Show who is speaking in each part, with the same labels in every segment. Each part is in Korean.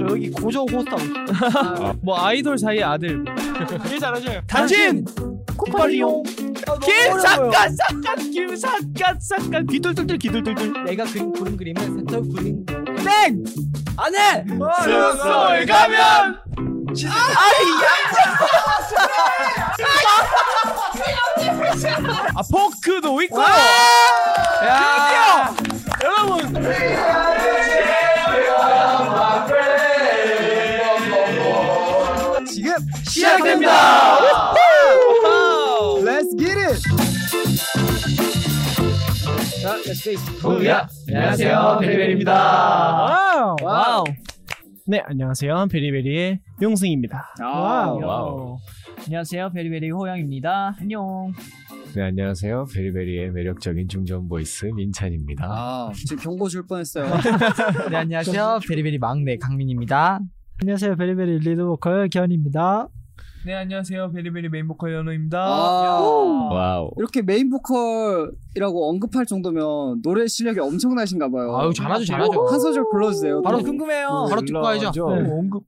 Speaker 1: 저 여기 고저 호스턴
Speaker 2: 뭐 아이돌 사이 아들
Speaker 1: 일
Speaker 2: 예,
Speaker 1: 잘하셔요
Speaker 2: 당신 어,
Speaker 1: 코팔리용
Speaker 2: 김 잠깐 잠깐 김 잠깐 잠깐 귀돌돌돌 귀돌돌돌
Speaker 1: 내가 그린 그림 그림은 센터 그림
Speaker 2: 땡 안해
Speaker 1: 숙소에 가면
Speaker 2: 아 포크도 있고 야 여러분
Speaker 1: 지금 시작됩니다
Speaker 2: Let's get it
Speaker 1: 자 렛츠베이스 코리아 안녕하세요 베리베리입니다
Speaker 2: 와우
Speaker 1: 와우.
Speaker 2: 네 안녕하세요 베리베리의 용승입니다
Speaker 1: 와우.
Speaker 3: 아, 안녕하세요. 베리베리 호영입니다. 안녕.
Speaker 4: 네, 안녕하세요. 베리베리의 매력적인 중전 보이스 민찬입니다.
Speaker 1: 아 지금 경고 줄 뻔했어요
Speaker 3: 네, 안녕하세요. 베리베리 막내 강민입니다.
Speaker 5: 안녕하세요. 베리베리 리드 보컬 견입니다.
Speaker 2: 네 안녕하세요 베리베리 메인 보컬 연우입니다
Speaker 1: 아
Speaker 4: 와우.
Speaker 1: 이렇게 메인 보컬이라고 언급할 정도면 노래 실력이 엄청나신가 봐요
Speaker 2: 아유, 잘하죠, 잘하죠.
Speaker 1: 한 소절 불러주세요
Speaker 3: 바로 궁금해요.
Speaker 2: 바로 듣고 가야죠
Speaker 5: 네.
Speaker 2: 언급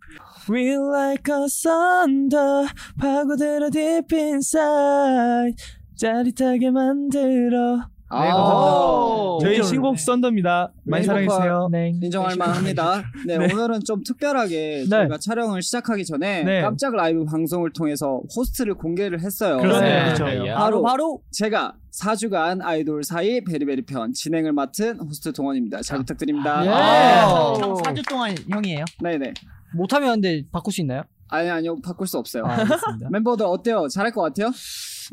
Speaker 2: We like a thunder 파고들어 deep inside 짜릿하게 만들어
Speaker 1: 아,
Speaker 3: 네, 감사합니다.
Speaker 2: 저희
Speaker 3: 진짜로.
Speaker 2: 신곡 썬더입니다 많이
Speaker 1: 어, 네,
Speaker 2: 사랑해주세요
Speaker 5: 네.
Speaker 1: 인정할 만합니다. 네,
Speaker 2: 네.
Speaker 1: 오늘은 좀 특별하게
Speaker 5: 네.
Speaker 1: 저희가 촬영을 시작하기 전에
Speaker 2: 네.
Speaker 1: 깜짝 라이브 방송을 통해서 호스트를 공개를 했어요.
Speaker 2: 그러네요.
Speaker 1: 네.
Speaker 2: 그렇죠.
Speaker 1: 바로 바로 제가 4주간 아이돌 사이 베리베리 편 진행을 맡은 호스트 동원입니다. 잘 부탁드립니다.
Speaker 5: 예.
Speaker 3: 아,
Speaker 5: 아.
Speaker 3: 참 4주 동안 형이에요.
Speaker 1: 네네.
Speaker 5: 못하면 근데 바꿀 수 있나요?
Speaker 1: 아니 아니요 바꿀 수 없어요.
Speaker 5: 알겠습니다.
Speaker 1: 멤버들 어때요? 잘할 것 같아요?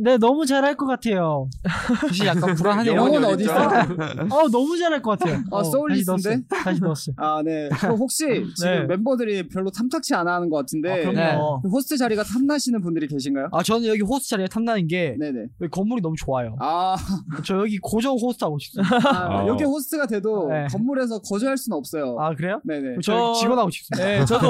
Speaker 5: 네, 너무 잘할 것 같아요.
Speaker 3: 사실 약간 불안하네요.
Speaker 1: 영혼 어디 있어?
Speaker 5: 어, 너무 잘할 것 같아요.
Speaker 1: 아,
Speaker 5: 어,
Speaker 1: 소울리스인데?
Speaker 5: 다시 넣었어요.
Speaker 1: 아 네. 그럼 혹시 지금 멤버들이 별로 탐탁치 않아 하는 것 같은데
Speaker 3: 그럼요.
Speaker 5: 네.
Speaker 1: 호스트 자리가 탐나시는 분들이 계신가요?
Speaker 5: 아, 저는 여기 호스트 자리에 탐나는 게
Speaker 1: 네네.
Speaker 5: 여기 건물이 너무 좋아요.
Speaker 1: 아
Speaker 5: 저 여기 고정 호스트 하고 싶어요.
Speaker 1: 아,
Speaker 4: 어.
Speaker 1: 여기 호스트가 돼도
Speaker 5: 네.
Speaker 1: 건물에서 거주할 수는 없어요.
Speaker 5: 아, 그래요?
Speaker 1: 네네.
Speaker 5: 저그
Speaker 2: 저-
Speaker 5: 여기 직원하고 싶습니다.
Speaker 2: 네 저도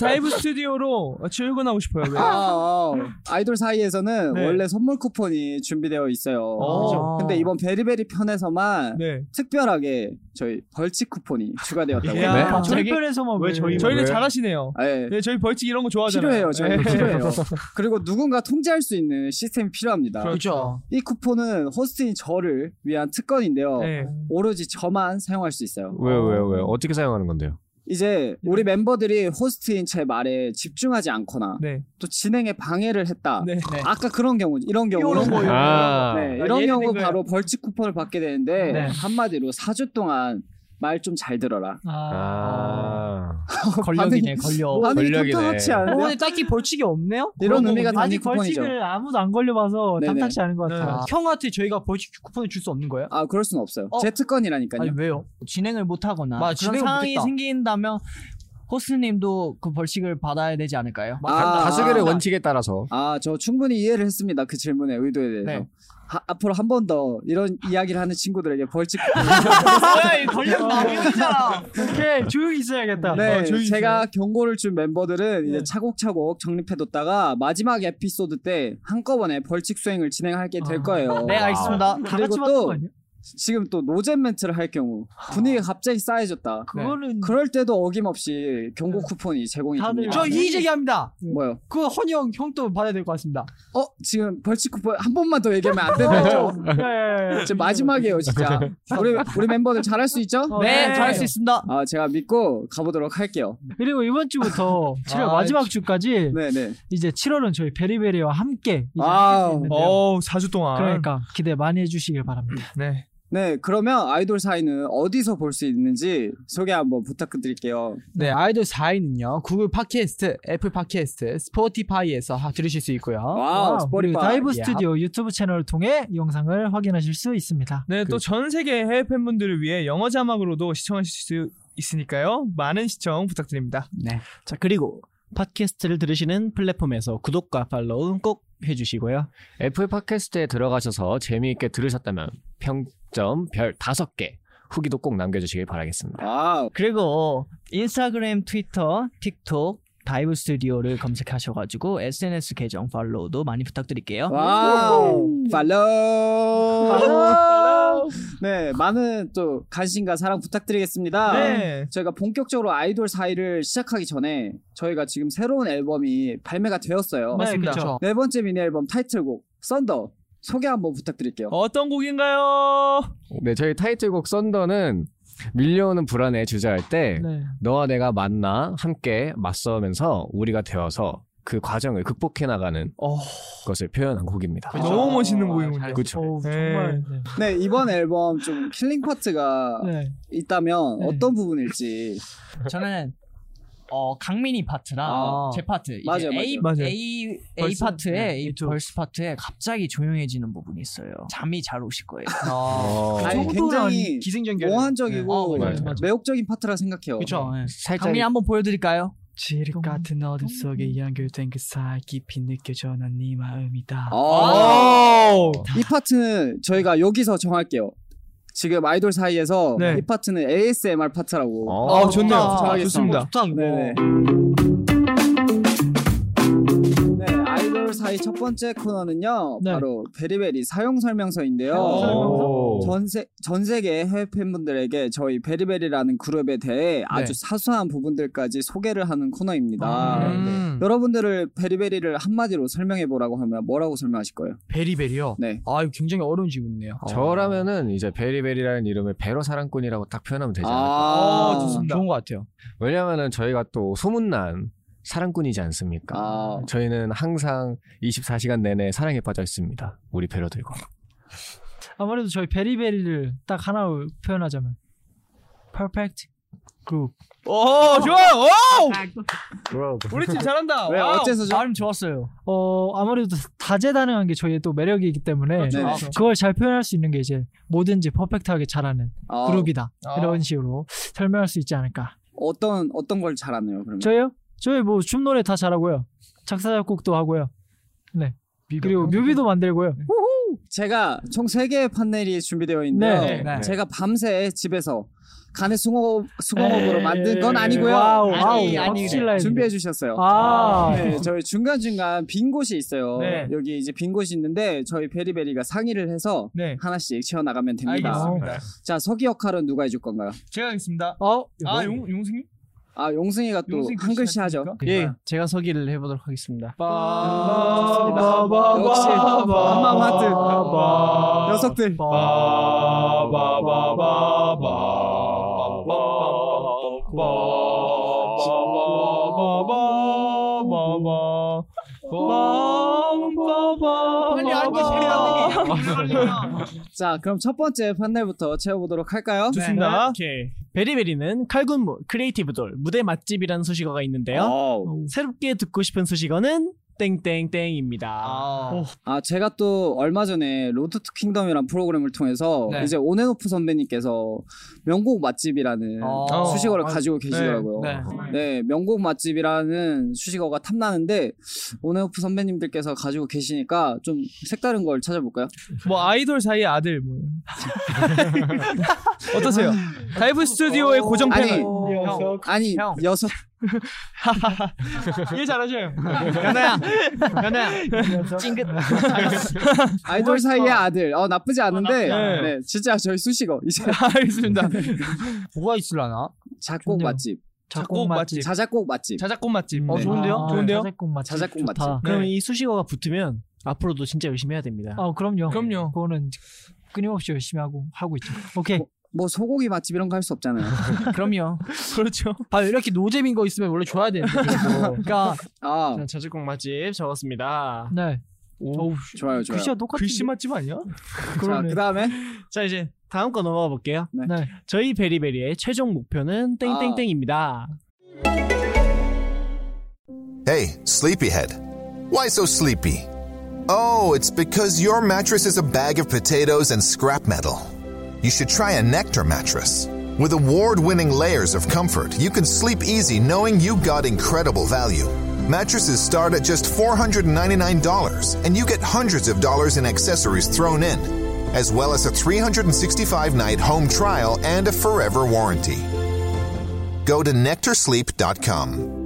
Speaker 2: 다이브 스튜디오로 출근하고 싶어요 왜?
Speaker 1: 아, 아, 이돌 사이에서는
Speaker 2: 네.
Speaker 1: 원래 선물 쿠폰이 준비되어 있어요.
Speaker 2: 어.
Speaker 1: 근데 이번 베리베리 편에서만
Speaker 2: 네
Speaker 1: 특별하게 저희 벌칙 쿠폰이
Speaker 5: 아,
Speaker 1: 추가되었다고.
Speaker 2: 야,
Speaker 1: 해요.
Speaker 4: 네?
Speaker 5: 저희
Speaker 2: 갑자기?
Speaker 5: 편에서만 뭐
Speaker 4: 왜 저희-
Speaker 2: 저희는
Speaker 4: 왜?
Speaker 2: 잘하시네요
Speaker 1: 아, 예.
Speaker 2: 네 저희 벌칙 이런 거 좋아하잖아요
Speaker 1: 필요해요, 저희
Speaker 2: 네.
Speaker 1: 필요해요.
Speaker 5: 그렇죠.
Speaker 1: 그리고 누군가 통제할 수 있는 시스템이 필요합니다.
Speaker 2: 그렇죠
Speaker 1: 이 쿠폰은 호스트인 저를 위한 특권인데요.
Speaker 2: 네.
Speaker 1: 오로지 저만 사용할 수 있어요.
Speaker 4: 왜요, 왜요, 왜요? 어떻게 사용하는 건데요?
Speaker 1: 이제 우리 멤버들이 호스트인 제 말에 집중하지 않거나
Speaker 2: 네.
Speaker 1: 또 진행에 방해를 했다.
Speaker 2: 네.
Speaker 1: 아까 그런 경우, 이런 경우.
Speaker 2: 이런 거요.
Speaker 4: 아,
Speaker 1: 네,
Speaker 2: 아,
Speaker 1: 이런
Speaker 2: 예를
Speaker 1: 경우
Speaker 2: 든 거예요.
Speaker 1: 바로 벌칙 쿠폰을 받게 되는데
Speaker 2: 네.
Speaker 1: 한마디로 4주 동안 말 좀 잘 들어라.
Speaker 4: 아.
Speaker 5: 권력이네,
Speaker 2: 어,
Speaker 5: 권력.
Speaker 1: 반응이
Speaker 4: 권력이네.
Speaker 1: 탐탁하지
Speaker 5: 어,
Speaker 1: 않은데
Speaker 5: 근데 딱히 벌칙이 없네요?
Speaker 1: 이런
Speaker 5: 그런
Speaker 1: 의미가
Speaker 5: 거군요.
Speaker 1: 담긴
Speaker 5: 아직
Speaker 1: 쿠폰이죠.
Speaker 5: 벌칙을 아무도 안 걸려봐서
Speaker 1: 네네.
Speaker 5: 탐탁치 않은 것 같아요.
Speaker 2: 네.
Speaker 5: 형한테 저희가 벌칙 쿠폰을 줄 수 없는 거예요?
Speaker 1: 아 그럴 순 없어요.
Speaker 3: 어?
Speaker 1: 제 특권이라니까요.
Speaker 3: 아니 왜요? 진행을 못 하거나
Speaker 5: 맞아,
Speaker 3: 그런
Speaker 5: 진행을
Speaker 3: 상황이
Speaker 5: 못했다.
Speaker 3: 생긴다면 호스님도 그 벌칙을 받아야 되지 않을까요?
Speaker 1: 아, 아,
Speaker 4: 다수결의 원칙에 따라서.
Speaker 1: 아, 저 충분히 이해를 했습니다. 그 질문의 의도에 대해서.
Speaker 3: 네.
Speaker 1: 하- 앞으로 한 번 더 이런 이야기를 하는 친구들에게 벌칙
Speaker 3: 뭐야 이 권력 남용이잖아.
Speaker 5: 오케이, 조용히 있어야겠다.
Speaker 1: 네,
Speaker 5: 어, 조용히 네. 있어야-
Speaker 1: 제가 경고를 준 멤버들은 이제 차곡차곡 정립해뒀다가 마지막 에피소드 때 한꺼번에 벌칙 수행을 진행하게
Speaker 5: 아.
Speaker 1: 될 거예요.
Speaker 3: 네 알겠습니다.
Speaker 5: 다
Speaker 1: 그리고
Speaker 5: 같이 받는
Speaker 1: 또-
Speaker 5: 거 아니야?
Speaker 1: 지금 또 노잼 멘트를 할 경우 분위기가
Speaker 5: 아.
Speaker 1: 갑자기 싸해졌다.
Speaker 5: 그거는
Speaker 1: 그럴 때도 어김없이 경고 쿠폰이 제공이
Speaker 5: 네. 다들- 네.
Speaker 1: 됩니다.
Speaker 5: 저 이-
Speaker 3: 이 제기합니다.
Speaker 1: 뭐요?
Speaker 5: 그 허니 형, 형도 받아야 될 것 같습니다.
Speaker 1: 어 지금 벌칙 쿠폰 한 번만 더 얘기하면 안 되나요?
Speaker 5: 네.
Speaker 1: 지금 마지막이에요 진짜. 우리 우리 멤버들 잘할 수 있죠?
Speaker 3: 네,
Speaker 5: 네.
Speaker 3: 잘할 수 있습니다.
Speaker 1: 아 제가 믿고 가보도록 할게요.
Speaker 5: 그리고 이번 주부터 7월
Speaker 3: 아,
Speaker 5: 마지막 주까지
Speaker 1: 네네.
Speaker 5: 이제 7월은 저희 베리베리와 함께 이제
Speaker 1: 와우.
Speaker 5: 할수 있는데요.
Speaker 2: 어 4주 동안
Speaker 5: 그러니까 기대 많이 해주시길 바랍니다.
Speaker 2: 네
Speaker 1: 네, 그러면 아이돌 사인은 어디서 볼 수 있는지 소개 한번 부탁드릴게요.
Speaker 6: 네, 아이돌 4위는요. 구글 팟캐스트, 애플 팟캐스트, 스포티파이에서 하- 들으실 수 있고요.
Speaker 1: 와우,
Speaker 6: 그리고
Speaker 1: 스포티파이.
Speaker 6: 다이브
Speaker 1: 야.
Speaker 6: 스튜디오 유튜브 채널을 통해 이 영상을 확인하실 수 있습니다.
Speaker 7: 네, 또 전 세계 해외 팬분들을 위해 영어 자막으로도 시청하실 수 있으니까요. 많은 시청 부탁드립니다.
Speaker 8: 네. 자, 그리고 팟캐스트를 들으시는 플랫폼에서 구독과 팔로우 꼭 해주시고요.
Speaker 4: 애플 팟캐스트에 들어가셔서 재미있게 들으셨다면 평점 별 5개 후기도 꼭 남겨주시길 바라겠습니다.
Speaker 1: 와우.
Speaker 8: 그리고
Speaker 5: 인스타그램, 트위터, 틱톡, 다이브 스튜디오를 검색하셔가지고 SNS 계정 팔로우도 많이 부탁드릴게요.
Speaker 1: 와우. 팔로우. 네, 많은 또 관심과 사랑 부탁드리겠습니다.
Speaker 7: 네.
Speaker 1: 저희가 본격적으로 아이돌 사이를 시작하기 전에 저희가 지금 새로운 앨범이 발매가 되었어요.
Speaker 7: 맞습니다. 네, 그쵸.
Speaker 1: 네 번째 미니 앨범 타이틀곡 썬더 소개 한번 부탁드릴게요.
Speaker 7: 어떤 곡인가요?
Speaker 4: 네, 저희 타이틀곡 썬더는 밀려오는 불안에 주저할 때
Speaker 1: 네.
Speaker 4: 너와 내가 만나 함께 맞서면서 우리가 되어서 그 과정을 극복해 나가는
Speaker 1: 어.
Speaker 4: 것을 표현한 곡입니다.
Speaker 1: 그렇죠.
Speaker 7: 너무 멋있는 곡이군요.
Speaker 4: 그쵸.
Speaker 5: 그렇죠.
Speaker 7: 정말.
Speaker 1: 네, 이번 앨범 좀 킬링 파트가
Speaker 6: 네.
Speaker 1: 있다면 어떤 부분일지
Speaker 5: 저는 어 강민이 파트랑
Speaker 1: 아.
Speaker 5: 제 파트 이제
Speaker 1: 맞아요,
Speaker 5: A
Speaker 1: 맞아요.
Speaker 5: A A
Speaker 1: 벌스?
Speaker 5: 파트에
Speaker 1: 네,
Speaker 5: 이 벌스 파트에 갑자기 조용해지는 부분이 있어요. 잠이 잘 오실 거예요.
Speaker 4: 어.
Speaker 5: 그
Speaker 1: 아니,
Speaker 5: 정도는
Speaker 1: 굉장히
Speaker 5: 기승전결.
Speaker 1: 모환적이고
Speaker 5: 네. 어, 맞아요, 맞아요.
Speaker 1: 매혹적인 파트라 생각해요.
Speaker 5: 그쵸, 네.
Speaker 4: 살짝
Speaker 5: 강민이 한번 보여드릴까요?
Speaker 6: 지륵 같은 어둠 속에 연결된 그 사이 깊이 느껴져 난네 마음이다.
Speaker 5: 아.
Speaker 1: 오! 아. 이 파트는 저희가 여기서 정할게요. 지금 아이돌 사이에서
Speaker 6: 네.
Speaker 1: 이 파트는 ASMR
Speaker 5: 어.
Speaker 1: 파트라고.
Speaker 7: 아, 좋네요. 좋습니다.
Speaker 1: 네네. 네, 아이돌 사이 첫 번째 코너는요.
Speaker 7: 네.
Speaker 1: 바로 베리베리 사용 설명서인데요.
Speaker 7: 어.
Speaker 2: 오.
Speaker 1: 전세 전 세계 해외 팬분들에게 저희 베리베리라는 그룹에
Speaker 7: 네.
Speaker 1: 대해 아주 사소한 부분들까지 소개를 하는 코너입니다.
Speaker 7: 아,
Speaker 5: 음.
Speaker 7: 네.
Speaker 1: 네. 여러분들을 베리베리를 한마디로 설명해 보라고 하면 뭐라고 설명하실 거예요?
Speaker 6: 베리베리요.
Speaker 1: 네.
Speaker 6: 아 이거 굉장히 어려운 질문이네요.
Speaker 4: 저라면은 이제 베리베리라는 이름을 베로 사랑꾼이라고 딱 표현하면
Speaker 7: 네.
Speaker 4: 되지 않을까.
Speaker 1: 아,
Speaker 6: 좋은 것 같아요.
Speaker 4: 왜냐면은 저희가 또 소문난 사랑꾼이지 않습니까?
Speaker 1: 아.
Speaker 4: 저희는 항상 24시간 내내 사랑에 빠져 있습니다. 우리 배로들과.
Speaker 6: 아무래도 저희 베리베리를 딱 하나로 표현하자면 퍼펙트 그룹.
Speaker 7: 오, 좋아요. 오! 우리 팀 잘한다.
Speaker 6: 왜,
Speaker 7: 아, 와우.
Speaker 6: 어째서죠?
Speaker 5: 발음 좋았어요.
Speaker 6: 어 아무래도 다재다능한 게 저희의 또 매력이기 때문에
Speaker 5: 그렇죠.
Speaker 7: 아,
Speaker 5: 네네.
Speaker 6: 그걸 잘 표현할 수 있는 게 이제 뭐든지 퍼펙트하게 잘하는
Speaker 1: 아.
Speaker 6: 그룹이다
Speaker 1: 아.
Speaker 6: 이런 식으로 설명할 수 있지 않을까.
Speaker 1: 어떤 어떤 걸 잘하나요? 그러면
Speaker 6: 저요? 저희 뭐 춤 노래 다 잘하고요. 작사 작곡도 하고요. 네. 그리고 뮤비도 만들고요.
Speaker 8: 네.
Speaker 1: 제가 총 3개의 판넬이 준비되어 있는데요.
Speaker 6: 네, 네.
Speaker 1: 제가 밤새 집에서 간의 숭어, 숭어업으로
Speaker 6: 에이,
Speaker 1: 만든 건 아니고요.
Speaker 6: 네. 와우, 아니, 와우, 아니, 확실히 아니.
Speaker 1: 준비해 주셨어요.
Speaker 6: 아.
Speaker 1: 네, 저희 중간중간 빈 곳이 있어요.
Speaker 6: 네.
Speaker 1: 여기 이제 빈 곳이 있는데 저희 베리베리가 상의를 해서 하나씩 채워나가면 됩니다.
Speaker 7: 네. 알겠습니다.
Speaker 1: 자, 서기 역할은 누가 해줄 건가요?
Speaker 7: 제가 하겠습니다.
Speaker 8: 어?
Speaker 1: 뭐?
Speaker 7: 아, 용, 용승이?
Speaker 1: 아, 용승이가 또
Speaker 7: 용승이 네.
Speaker 1: 한글씨 하죠.
Speaker 8: 예, 제가 서기를 해보도록 하겠습니다.
Speaker 1: 좋습니다. 역시 한마음 하트 녀석들 자 그럼 첫 번째 판넬부터 채워보도록 할까요?
Speaker 7: 네.
Speaker 8: 오케이. 베리베리는 칼군무 크리에이티브 돌 무대 맛집이라는 수식어가 있는데요.
Speaker 7: 아.
Speaker 8: 새롭게 듣고 싶은 수식어는 땡땡땡입니다. 오.
Speaker 1: 아 제가 또 얼마 전에 로드 투 킹덤이란 프로그램을 통해서
Speaker 8: 네.
Speaker 1: 이제 온앤오프 선배님께서 명곡 맛집이라는
Speaker 8: 어.
Speaker 1: 수식어를
Speaker 8: 아,
Speaker 1: 가지고 계시더라고요.
Speaker 8: 네,
Speaker 1: 네, 명곡 맛집이라는 수식어가 탐나는데 온앤오프 선배님들께서 가지고 계시니까 좀 색다른 걸 찾아볼까요?
Speaker 7: 뭐 아이돌 사이의 아들 뭐 어떠세요? 다이브 스튜디오의 고정팬
Speaker 1: 어, 아니, 아니 여섯
Speaker 7: 이해 잘하셔요.
Speaker 1: 연아야,
Speaker 7: 연아야, 찡긋.
Speaker 1: 아이돌 사이의 아들. 어 나쁘지 않은데
Speaker 7: 않아요.
Speaker 1: 네, 진짜 저희 수식어 이제
Speaker 7: 알겠습니다.
Speaker 6: 뭐가 있으려나?
Speaker 1: 작곡 맛집.
Speaker 7: 작곡 맛집.
Speaker 1: 자작곡 맛집.
Speaker 7: 자작곡 맛집.
Speaker 8: 어, 좋은데요?
Speaker 5: 아,
Speaker 8: 좋은데요?
Speaker 6: 아, 자작곡 맛집.
Speaker 8: 자작곡
Speaker 6: 좋다. 네.
Speaker 8: 맛집. 그럼
Speaker 5: 네.
Speaker 8: 이 수식어가 붙으면 앞으로도 진짜 열심히 해야 됩니다.
Speaker 6: 아 그럼요. 그럼요. 그거는 끊임없이 열심히 하고 하고 있죠. 오케이.
Speaker 1: 뭐 소고기 맛집 이런 거 할 수 없잖아요.
Speaker 8: 그럼요.
Speaker 7: 그렇죠.
Speaker 8: 아 이렇게 노잼인
Speaker 9: 그렇죠.
Speaker 8: 거 있으면 원래 줘야 되는데. 그래서. 그러니까
Speaker 1: 아.
Speaker 8: 저작곡 맛집 적었습니다.
Speaker 6: 네.
Speaker 9: 오,
Speaker 1: 좋아요, 좋아요.
Speaker 3: 글씨가 똑같은
Speaker 9: 글씨 맛집 아니야?
Speaker 3: 그러네.
Speaker 1: 그다음에
Speaker 3: 자 이제 다음 거 넘어가 볼게요.
Speaker 5: 네.
Speaker 3: 저희 베리베리의 최종 목표는 땡땡땡입니다.
Speaker 5: 아,
Speaker 6: Hey, sleepyhead. Why so sleepy? Oh, it's because your mattress is a bag of potatoes and scrap metal. You should try a Nectar mattress. With award winning layers of comfort, you can sleep easy knowing you got incredible value. Mattresses start at just $499, and you get hundreds of dollars in accessories thrown in, as well as a 365 night home trial and a forever warranty. Go to nectarsleep.com.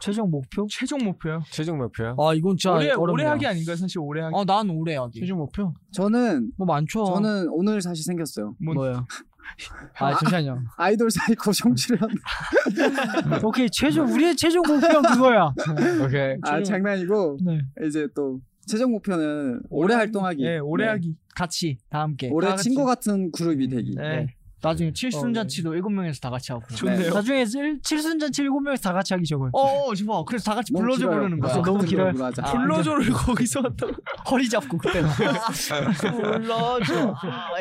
Speaker 10: 최종 목표?
Speaker 9: 최종 목표요.
Speaker 4: 최종 목표요?
Speaker 5: 아 이건 진짜
Speaker 9: 올해
Speaker 5: 어렵네요.
Speaker 9: 올해 하기 아닌가요? 사실 올해 하기.
Speaker 5: 어난 올해 하기.
Speaker 9: 최종 목표?
Speaker 1: 저는
Speaker 5: 뭐 많죠.
Speaker 1: 저는 오늘 사실 생겼어요.
Speaker 5: 뭐요?
Speaker 10: 아, 잠시만요.
Speaker 1: 아이돌 사이코 정치련.
Speaker 10: 오케이 최종 우리의 최종 목표는 그거야.
Speaker 4: 오케이.
Speaker 1: 아 장난이고 이제 또 최종 목표는 오래 활동하기.
Speaker 9: 네, 오래
Speaker 1: 네.
Speaker 9: 하기.
Speaker 5: 같이 다 함께.
Speaker 1: 올해 친구 같은 그룹이 되기.
Speaker 5: 네. 나중에 칠순잔치도 일곱 명에서 다 같이 하고.
Speaker 1: 좋네요.
Speaker 10: 나중에 칠- 칠순잔치 일곱 명이서 다 같이 하기 저걸.
Speaker 5: 어, 좋아. 그래서 다 같이 불러줘 부르는
Speaker 1: 아,
Speaker 5: 거야.
Speaker 10: 너무 길어요.
Speaker 5: 불러줘를 거기서 한다고. 아, 허리 잡고 그때는. 불러줘.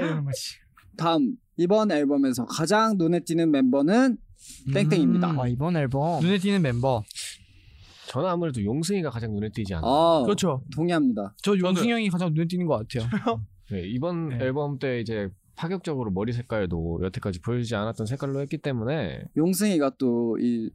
Speaker 5: 이러는 거지.
Speaker 1: 다음 이번 앨범에서 가장 눈에 띄는 멤버는 땡땡입니다.
Speaker 5: 음, 아, 이번 앨범
Speaker 11: 눈에 띄는 멤버.
Speaker 4: 저는 아무래도 용승이가 가장 눈에 띄지 않나.
Speaker 1: 아,
Speaker 4: 그렇죠.
Speaker 1: 동의합니다.
Speaker 11: 저 용승 형이 가장 눈에 띄는 것 같아요.
Speaker 4: 네, 이번 앨범 때 이제 파격적으로 머리 색깔도 여태까지 보여주지 않았던 색깔로 했기 때문에
Speaker 1: 용승이가 또 이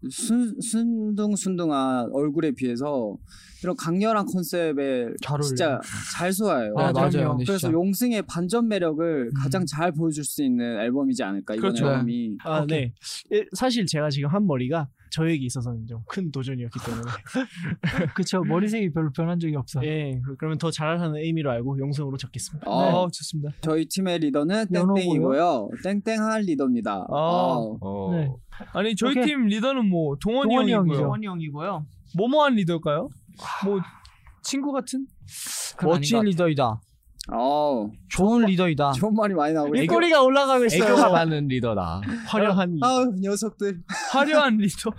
Speaker 1: 순둥순둥한 얼굴에 비해서 이런 강렬한 컨셉에 진짜 잘 소화해요.
Speaker 11: 아, 네, 맞아요.
Speaker 1: 그럼요.
Speaker 11: 근데
Speaker 1: 그래서
Speaker 11: 진짜.
Speaker 1: 용승의 반전 매력을
Speaker 3: 음.
Speaker 1: 가장 잘 보여줄 수 있는 앨범이지 않을까 이번 앨범이.
Speaker 3: 아, 네. 예, 사실 제가 지금 한 머리가 저에게 있어서는 좀 큰 도전이었기 때문에.
Speaker 10: 그쵸 머리색이 별로 변한 적이 없어.
Speaker 3: 예. 그- 그러면 더 잘하는 의미로 알고 용성으로 적겠습니다. 네.
Speaker 1: 아,
Speaker 3: 좋습니다.
Speaker 1: 저희 팀의 리더는
Speaker 3: 연어고요?
Speaker 1: 땡땡이고요. 땡땡한
Speaker 3: 아.
Speaker 1: 리더입니다. 어.
Speaker 4: 네.
Speaker 9: 아니 저희
Speaker 3: 오케이.
Speaker 9: 팀 리더는 뭐 동원이,
Speaker 3: 동원이
Speaker 9: 형이고요.
Speaker 3: 형이죠.
Speaker 5: 원이 형이고요.
Speaker 9: 뭐뭐한 리더일까요? 뭐 친구 같은?
Speaker 11: 멋진 리더이다.
Speaker 1: 어.
Speaker 11: 좋은
Speaker 5: 아.
Speaker 11: 리더이다.
Speaker 1: 좋은 말이 많이 나오고 있어요.
Speaker 3: 입꼬리가 올라가고 있어요.
Speaker 4: 애교가 많은 리더다.
Speaker 3: 화려한
Speaker 11: 어.
Speaker 1: 아, 아우, 녀석들.
Speaker 9: 화려한 리더.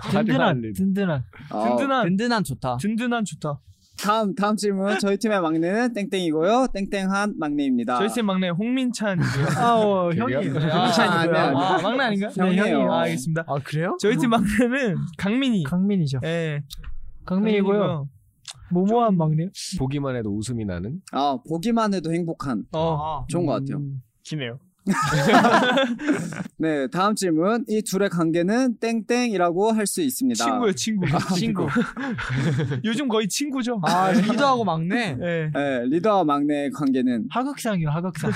Speaker 4: 화려한
Speaker 10: 든든한
Speaker 4: 리더.
Speaker 10: 든든한.
Speaker 1: 어.
Speaker 5: 아, 든든한 좋다.
Speaker 9: 든든한 좋다.
Speaker 1: 다음 다음 질문. 저희 팀의 막내는 땡땡이고요. 땡땡한
Speaker 5: 아.
Speaker 1: 막내입니다.
Speaker 9: 저희 팀 막내 홍민찬.
Speaker 3: 아우
Speaker 1: 형이에요.
Speaker 9: 아,
Speaker 1: 아니야, 아니야.
Speaker 9: 아, 막내 아닌가? 네,
Speaker 1: 형이에요.
Speaker 9: 형이에요. 아, 알겠습니다.
Speaker 11: 아 그래요?
Speaker 9: 저희 팀 막내는 강민이.
Speaker 10: 강민이죠.
Speaker 9: 예.
Speaker 10: 강민이고요. 모모한 막내.
Speaker 4: 보기만 해도 웃음이 나는
Speaker 1: 아 보기만 해도 행복한.
Speaker 9: 어.
Speaker 1: 좋은 것 같아요.
Speaker 3: 기네요.
Speaker 1: 네 다음 질문. 이 둘의 관계는 땡땡이라고 할 수 있습니다. 아,
Speaker 9: 친구요, 친구.
Speaker 5: 아,
Speaker 1: 친구.
Speaker 5: 네.
Speaker 9: 요즘 거의 친구죠. 네.
Speaker 11: 아 리더하고 막내.
Speaker 9: 예.
Speaker 1: 네, 리더와 막내의 관계는
Speaker 5: 하극상이요, 하극상.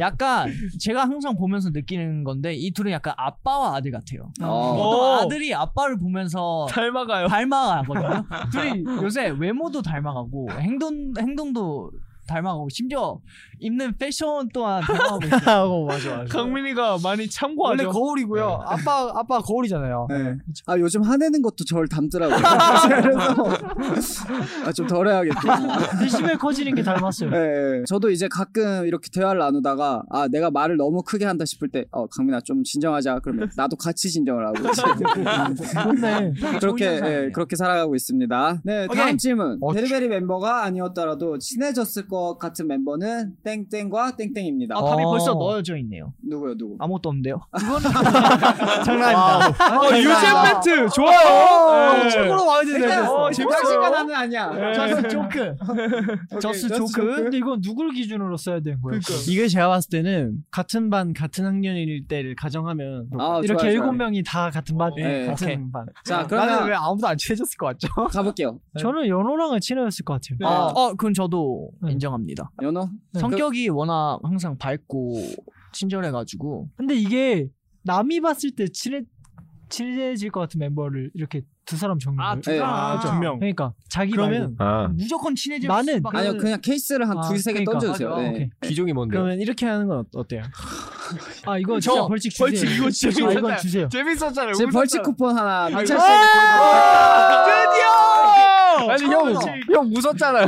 Speaker 5: 약간 제가 항상 보면서 느끼는 건데 이 둘은 약간 아빠와 아들 같아요.
Speaker 1: 어.
Speaker 5: 보통
Speaker 3: 오.
Speaker 5: 아들이 아빠를 보면서
Speaker 9: 닮아가요.
Speaker 5: 닮아가거든요. 둘이 요새 외모도 닮아가고 행동 행동도 닮아가고 심지어 입는 패션 또한 닮아가고 있어요.
Speaker 3: 어, 맞아 맞아.
Speaker 9: 강민이가 많이 참고하죠.
Speaker 11: 원래 거울이고요. 아빠 아빠 거울이잖아요.
Speaker 1: 네. 아 요즘 화내는 것도 저를 닮더라고요. 그래서 아좀 덜해야겠다.
Speaker 10: 드시벨 커지는 게 닮았어요.
Speaker 1: 예, 예. 저도 이제 가끔 이렇게 대화를 나누다가 아 내가 말을 너무 크게 한다 싶을 때 어, 강민아 좀 진정하자 그러면 나도 같이 진정을 하고
Speaker 10: 좋네.
Speaker 1: 그렇게 예, 그렇게 살아가고 있습니다. 네 다음
Speaker 5: 오케이.
Speaker 1: 질문 베리베리 멤버가 아니었더라도 친해졌을 것 같은 멤버는 땡땡과 땡땡입니다.
Speaker 5: 아, 답이
Speaker 11: 어.
Speaker 5: 벌써 넣어져 있네요.
Speaker 1: 누구요 누구?
Speaker 5: 아무것도 없는데요.
Speaker 3: 장난입니다.
Speaker 9: 어, 유잼 멘트 좋아요. 예.
Speaker 11: 최고로 마음에 드네요.
Speaker 9: 어,
Speaker 1: 당신과
Speaker 9: 재밌어요.
Speaker 1: 나는 아니야.
Speaker 5: 저스 조크.
Speaker 1: 저스
Speaker 10: 조크. 근데 이건 누굴 기준으로 써야 되는 거예요?
Speaker 1: 그러니까.
Speaker 3: 이게 제가 봤을 때는 같은 반 같은 학년일 때를 가정하면
Speaker 1: 아,
Speaker 10: 이렇게
Speaker 1: 좋아요,
Speaker 10: 일곱
Speaker 1: 좋아요.
Speaker 10: 명이 다 같은 반.
Speaker 1: 네,
Speaker 3: 같은
Speaker 10: 오케이.
Speaker 3: 반.
Speaker 1: 자
Speaker 11: 나는 왜
Speaker 1: 그러면
Speaker 11: 아무도 안 친해졌을 것 같죠?
Speaker 1: 가볼게요.
Speaker 10: 저는 연호랑은 친해졌을 것 같아요. 네.
Speaker 1: 아.
Speaker 5: 어, 어, 그건 저도 인정합니다.
Speaker 1: 연호 네.
Speaker 5: 성격이 워낙 항상 밝고 친절해가지고
Speaker 10: 근데 이게 남이 봤을 때 친해 친해질 것 같은 멤버를 이렇게 두 사람 적는 거예요.
Speaker 1: 두 사람.
Speaker 5: 아,
Speaker 10: 그렇죠.
Speaker 3: 두 명.
Speaker 10: 그러니까 자기
Speaker 3: 그러면
Speaker 4: 아
Speaker 5: 무조건 친해질
Speaker 10: 나는-
Speaker 5: 수밖에
Speaker 1: 아니요 그냥 케이스를 한
Speaker 10: 아,
Speaker 1: 두세 개
Speaker 10: 그러니까.
Speaker 1: 던져주세요.
Speaker 10: 말고.
Speaker 1: 네.
Speaker 10: 오케이.
Speaker 4: 기종이 뭔데? 요
Speaker 3: 그러면 이렇게 하는 건 어- 어때요?
Speaker 10: 말고. 아 이거 진짜
Speaker 9: 저,
Speaker 10: 벌칙 주세요.
Speaker 9: 벌칙 이거 진짜
Speaker 10: 아,
Speaker 9: 재밌었잖아요.
Speaker 10: 이건 주세요.
Speaker 9: 재밌었잖아요. 아!
Speaker 1: 제 벌칙 쿠폰 하나 미철
Speaker 9: 드디어.
Speaker 4: 아니 형, 형 웃었잖아요.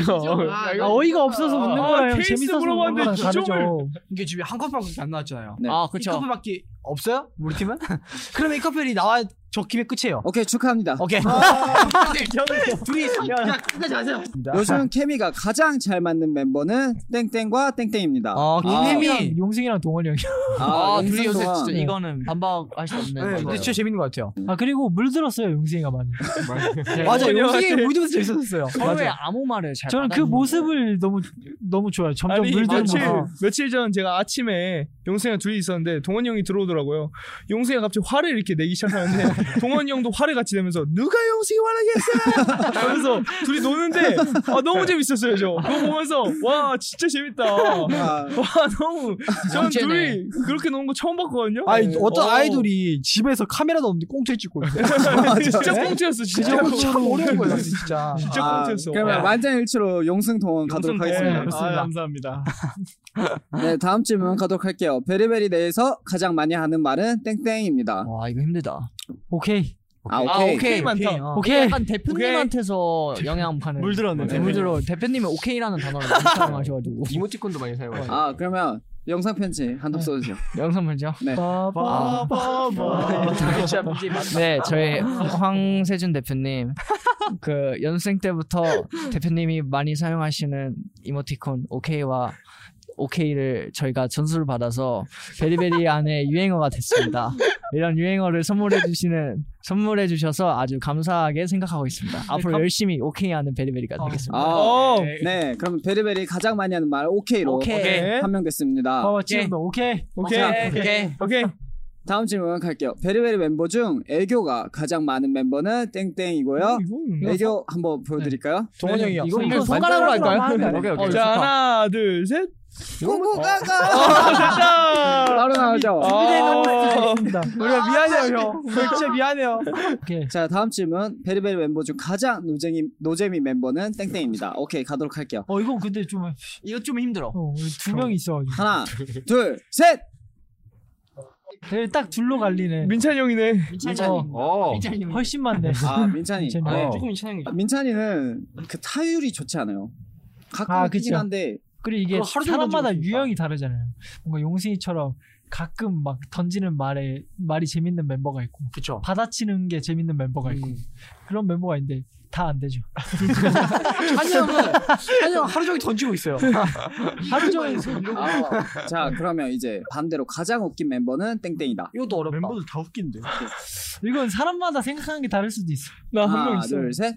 Speaker 10: 아, 어이가 없어서 웃는
Speaker 9: 아,
Speaker 10: 거랑
Speaker 9: 케이스
Speaker 10: 재밌어서 웃는
Speaker 9: 물어봤는데
Speaker 10: 거랑 다르죠.
Speaker 9: 기종을.
Speaker 11: 이게 집에 한 컵밖에 안 나왔잖아요.
Speaker 1: 네.
Speaker 5: 아
Speaker 11: 이
Speaker 5: 그렇죠.
Speaker 11: 커플밖에 없어요? 우리 팀은? 그러면 이 커플이 나와
Speaker 8: 저 김에 끝이에요.
Speaker 1: 오케이 축하합니다.
Speaker 8: 오케이.
Speaker 10: 아.
Speaker 2: 둘이 그냥 끝까지 하세요.
Speaker 1: 요즘 케미가 가장 잘 맞는 멤버는 땡땡과 땡땡입니다.
Speaker 6: 아,
Speaker 1: 그 케미.
Speaker 6: 용승이랑, 용승이랑 동원이 형이요.
Speaker 1: 아,
Speaker 6: 용승
Speaker 1: 둘이 요새
Speaker 6: 동안.
Speaker 1: 진짜
Speaker 6: 네.
Speaker 5: 이거는 반박할 수 없는.
Speaker 6: 네,
Speaker 5: 거죠.
Speaker 6: 근데 진짜
Speaker 8: 재밌는 것 같아요.
Speaker 6: 아 그리고 물들었어요 용승이가 많이.
Speaker 5: 맞아, 용승이
Speaker 6: 물들면서 재밌었어요.
Speaker 5: 서로의
Speaker 6: 맞아.
Speaker 5: 아무 말을 잘.
Speaker 6: 저는 그 모습을 너무 너무 좋아요. 점점
Speaker 7: 아니
Speaker 6: 물들고.
Speaker 7: 며칠 며칠 전 제가 아침에 용승이랑 둘이 있었는데 동원이 형이 들어오더라고요. 용승이가 갑자기 화를 이렇게 내기 시작하는데 동원이 형도 화를 같이 내면서 누가 용승이 화나게 했어? 그래서 둘이 노는데 아 너무 재밌었어요 저. 그거 보면서 와 진짜 재밌다.
Speaker 1: 아,
Speaker 7: 와 너무 저는
Speaker 2: 영재네.
Speaker 7: 둘이 그렇게 노는 거 처음 봤거든요.
Speaker 2: 아니
Speaker 7: 네.
Speaker 2: 어떤
Speaker 7: 어.
Speaker 2: 아이돌이 집에서 카메라도 없는데 꽁트를 찍고 아, 있어.
Speaker 7: 진짜 꽁트였어, 진짜.
Speaker 2: 그거 참 어려운 거야 진짜.
Speaker 1: 아, 그러면 완전일치로 용승 동원 가도록
Speaker 7: 아,
Speaker 2: 아,
Speaker 1: 하겠습니다.
Speaker 8: 감사합니다.
Speaker 1: 네, 다음 질문 가도록 할게요. 베리베리 내에서 가장 많이 하는 말은 땡땡입니다.
Speaker 5: 와, 이거 힘들다.
Speaker 6: 오케이.
Speaker 1: 아,
Speaker 5: 아,
Speaker 1: 오케이.
Speaker 5: 오케이. 오케이. 어.
Speaker 6: 오케이.
Speaker 5: 약간 대표님한테서 영향 받는.
Speaker 8: 물들었네,
Speaker 5: 네, 물들어. 대표님은 오케이라는 단어를 많이 사용하셔가지고.
Speaker 4: 이모티콘도 많이 사용하시고.
Speaker 1: 아, 네. 그러면 영상 편지 한독 써주세요.
Speaker 5: 영상 편지요?
Speaker 1: 네.
Speaker 5: 아. 네, 저희 황세준 대표님 그 연습생 때부터 대표님이 많이 사용하시는 이모티콘 오케이와 오케이를 저희가 전수를 받아서 베리베리 안에 유행어가 됐습니다. 이런 유행어를 선물해 주시는 선물해 주셔서 아주 감사하게 생각하고 있습니다. 앞으로 열심히 오케이하는 베리베리가 되겠습니다.
Speaker 1: 아, 네. 그럼 베리베리 가장 많이 하는 말 오케이로
Speaker 5: 오케이.
Speaker 1: 한 명 됐습니다.
Speaker 6: 어, 지금 오케이.
Speaker 1: 아,
Speaker 5: 네,
Speaker 1: 오케이.
Speaker 6: 오케이.
Speaker 1: 오케이.
Speaker 7: 오케이.
Speaker 1: 다음 질문 갈게요. 베리베리 멤버 중 애교가 가장 많은 멤버는 아, 땡땡이고요.
Speaker 5: 음,
Speaker 1: 애교 한번 보여드릴까요?
Speaker 2: 네, 동원이 형이요.
Speaker 1: 이거
Speaker 2: 이거 손가락으로
Speaker 1: 손가락으로 할까요?
Speaker 4: 네.
Speaker 2: 하면 안
Speaker 4: 어,
Speaker 2: 돼요?
Speaker 7: 어,
Speaker 5: 그렇죠.
Speaker 7: 자 하나 둘 셋.
Speaker 1: 고고가가.
Speaker 6: 아!
Speaker 1: 아, 바로 나오죠.
Speaker 5: 아.
Speaker 7: 우리가 아, 어,
Speaker 6: 아,
Speaker 7: 미안해요 형. 우리 진짜 미안해요.
Speaker 1: 자 다음 질문 베리베리 멤버 중 가장 노잼이 노잼이 멤버는 땡땡입니다. 오케이 가도록 할게요.
Speaker 6: 어 이거 근데 좀 이거 좀 힘들어. 두명 있어가지고.
Speaker 1: 하나, 둘, 셋.
Speaker 6: 네, 딱 둘로 갈리네.
Speaker 7: 민찬이 형이네. 어,
Speaker 6: 민찬이 형. 민찬이 형. 훨씬 많네.
Speaker 1: 아 민찬이.
Speaker 6: 민찬이.
Speaker 1: 아, 네.
Speaker 6: 조금
Speaker 5: 민찬이. 어.
Speaker 1: 민찬이는 그 타율이 좋지 않아요. 가끔
Speaker 6: 아,
Speaker 1: 있긴
Speaker 6: 그쵸.
Speaker 1: 한데
Speaker 6: 그리고 이게
Speaker 1: 그거 하루 종일
Speaker 6: 사람마다
Speaker 1: 던지고
Speaker 6: 유형이 다르잖아요. 뭔가 용승이처럼 가끔 막 던지는 말에 말이 재밌는 멤버가 있고, 받아치는 게 재밌는 멤버가 있고
Speaker 2: 음.
Speaker 6: 그런 멤버가 있는데 다 안 되죠.
Speaker 2: 찬이 형은 찬이 형 하루 종일 던지고 있어요.
Speaker 6: 하루 종일
Speaker 2: 이러고.
Speaker 1: 아, 자 그러면 이제 반대로 가장 웃긴 멤버는 땡땡이다.
Speaker 2: 이것도 어렵다. 멤버들 다 웃긴데.
Speaker 6: 이건 사람마다 생각하는 게 다를 수도 있어. 네.
Speaker 1: 하나, 둘, 셋.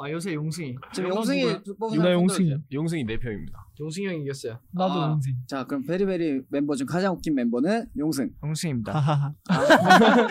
Speaker 5: 아 요새 용승이.
Speaker 1: 지금 용승이 뽑은
Speaker 4: 나
Speaker 1: 사람
Speaker 4: 용승이.
Speaker 1: 손들어주세요.
Speaker 4: 용승이 내 표입니다.
Speaker 5: 용승이 형이 이겼어요.
Speaker 6: 나도
Speaker 2: 아.
Speaker 6: 용승.
Speaker 1: 자 그럼 베리베리 멤버 중 가장 웃긴 멤버는 용승.
Speaker 5: 용승입니다.
Speaker 2: 아.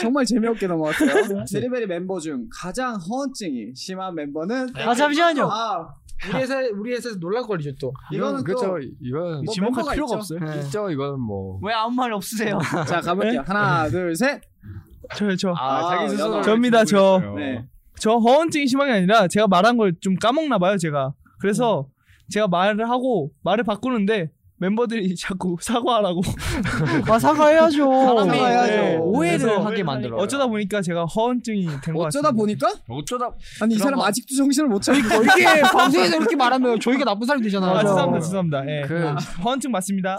Speaker 1: 정말 재미없게 넘어갔어요. 베리베리 멤버 중 가장 허언증이 심한 멤버는
Speaker 5: 아, 잠시만요.
Speaker 1: 아,
Speaker 2: 우리 회사 우리 회사에서 놀랄거리죠 또.
Speaker 1: 이거는
Speaker 4: 그렇죠.
Speaker 1: 또
Speaker 4: 이건
Speaker 1: 뭐
Speaker 4: 지목할
Speaker 1: 멤버가
Speaker 4: 필요가
Speaker 1: 있죠.
Speaker 4: 없어요. 있죠. 이거는 뭐.
Speaker 5: 왜 아무 말 없으세요?
Speaker 1: 자 가볼게요. 하나, 둘, 셋.
Speaker 7: 저요 저.
Speaker 4: 아, 자기 스스로
Speaker 1: 여덟.
Speaker 7: 접니다 저.
Speaker 4: 어,
Speaker 1: 네.
Speaker 7: 저 허언증이 심한 게 아니라 제가 말한 걸 좀 까먹나 봐요 제가. 그래서
Speaker 5: 어.
Speaker 7: 제가 말을 하고 말을 바꾸는데 멤버들이 자꾸 사과하라고.
Speaker 6: 아 사과해야죠.
Speaker 7: 사람이 네.
Speaker 5: 오해를
Speaker 7: 그래서
Speaker 5: 하게 만들어.
Speaker 7: 어쩌다 보니까 제가 허언증이 된 것 같아요.
Speaker 1: 어쩌다 보니까
Speaker 4: 어쩌다
Speaker 1: 아니 이
Speaker 2: 그런
Speaker 1: 사람
Speaker 2: 거-
Speaker 1: 아직도 정신을 못 차리고 아,
Speaker 2: 이게 방송에서 이렇게 말하면 저희가 나쁜 사람이 되잖아요.
Speaker 7: 아, 죄송합니다, 죄송합니다.
Speaker 5: 그
Speaker 7: 예. 허언증 맞습니다.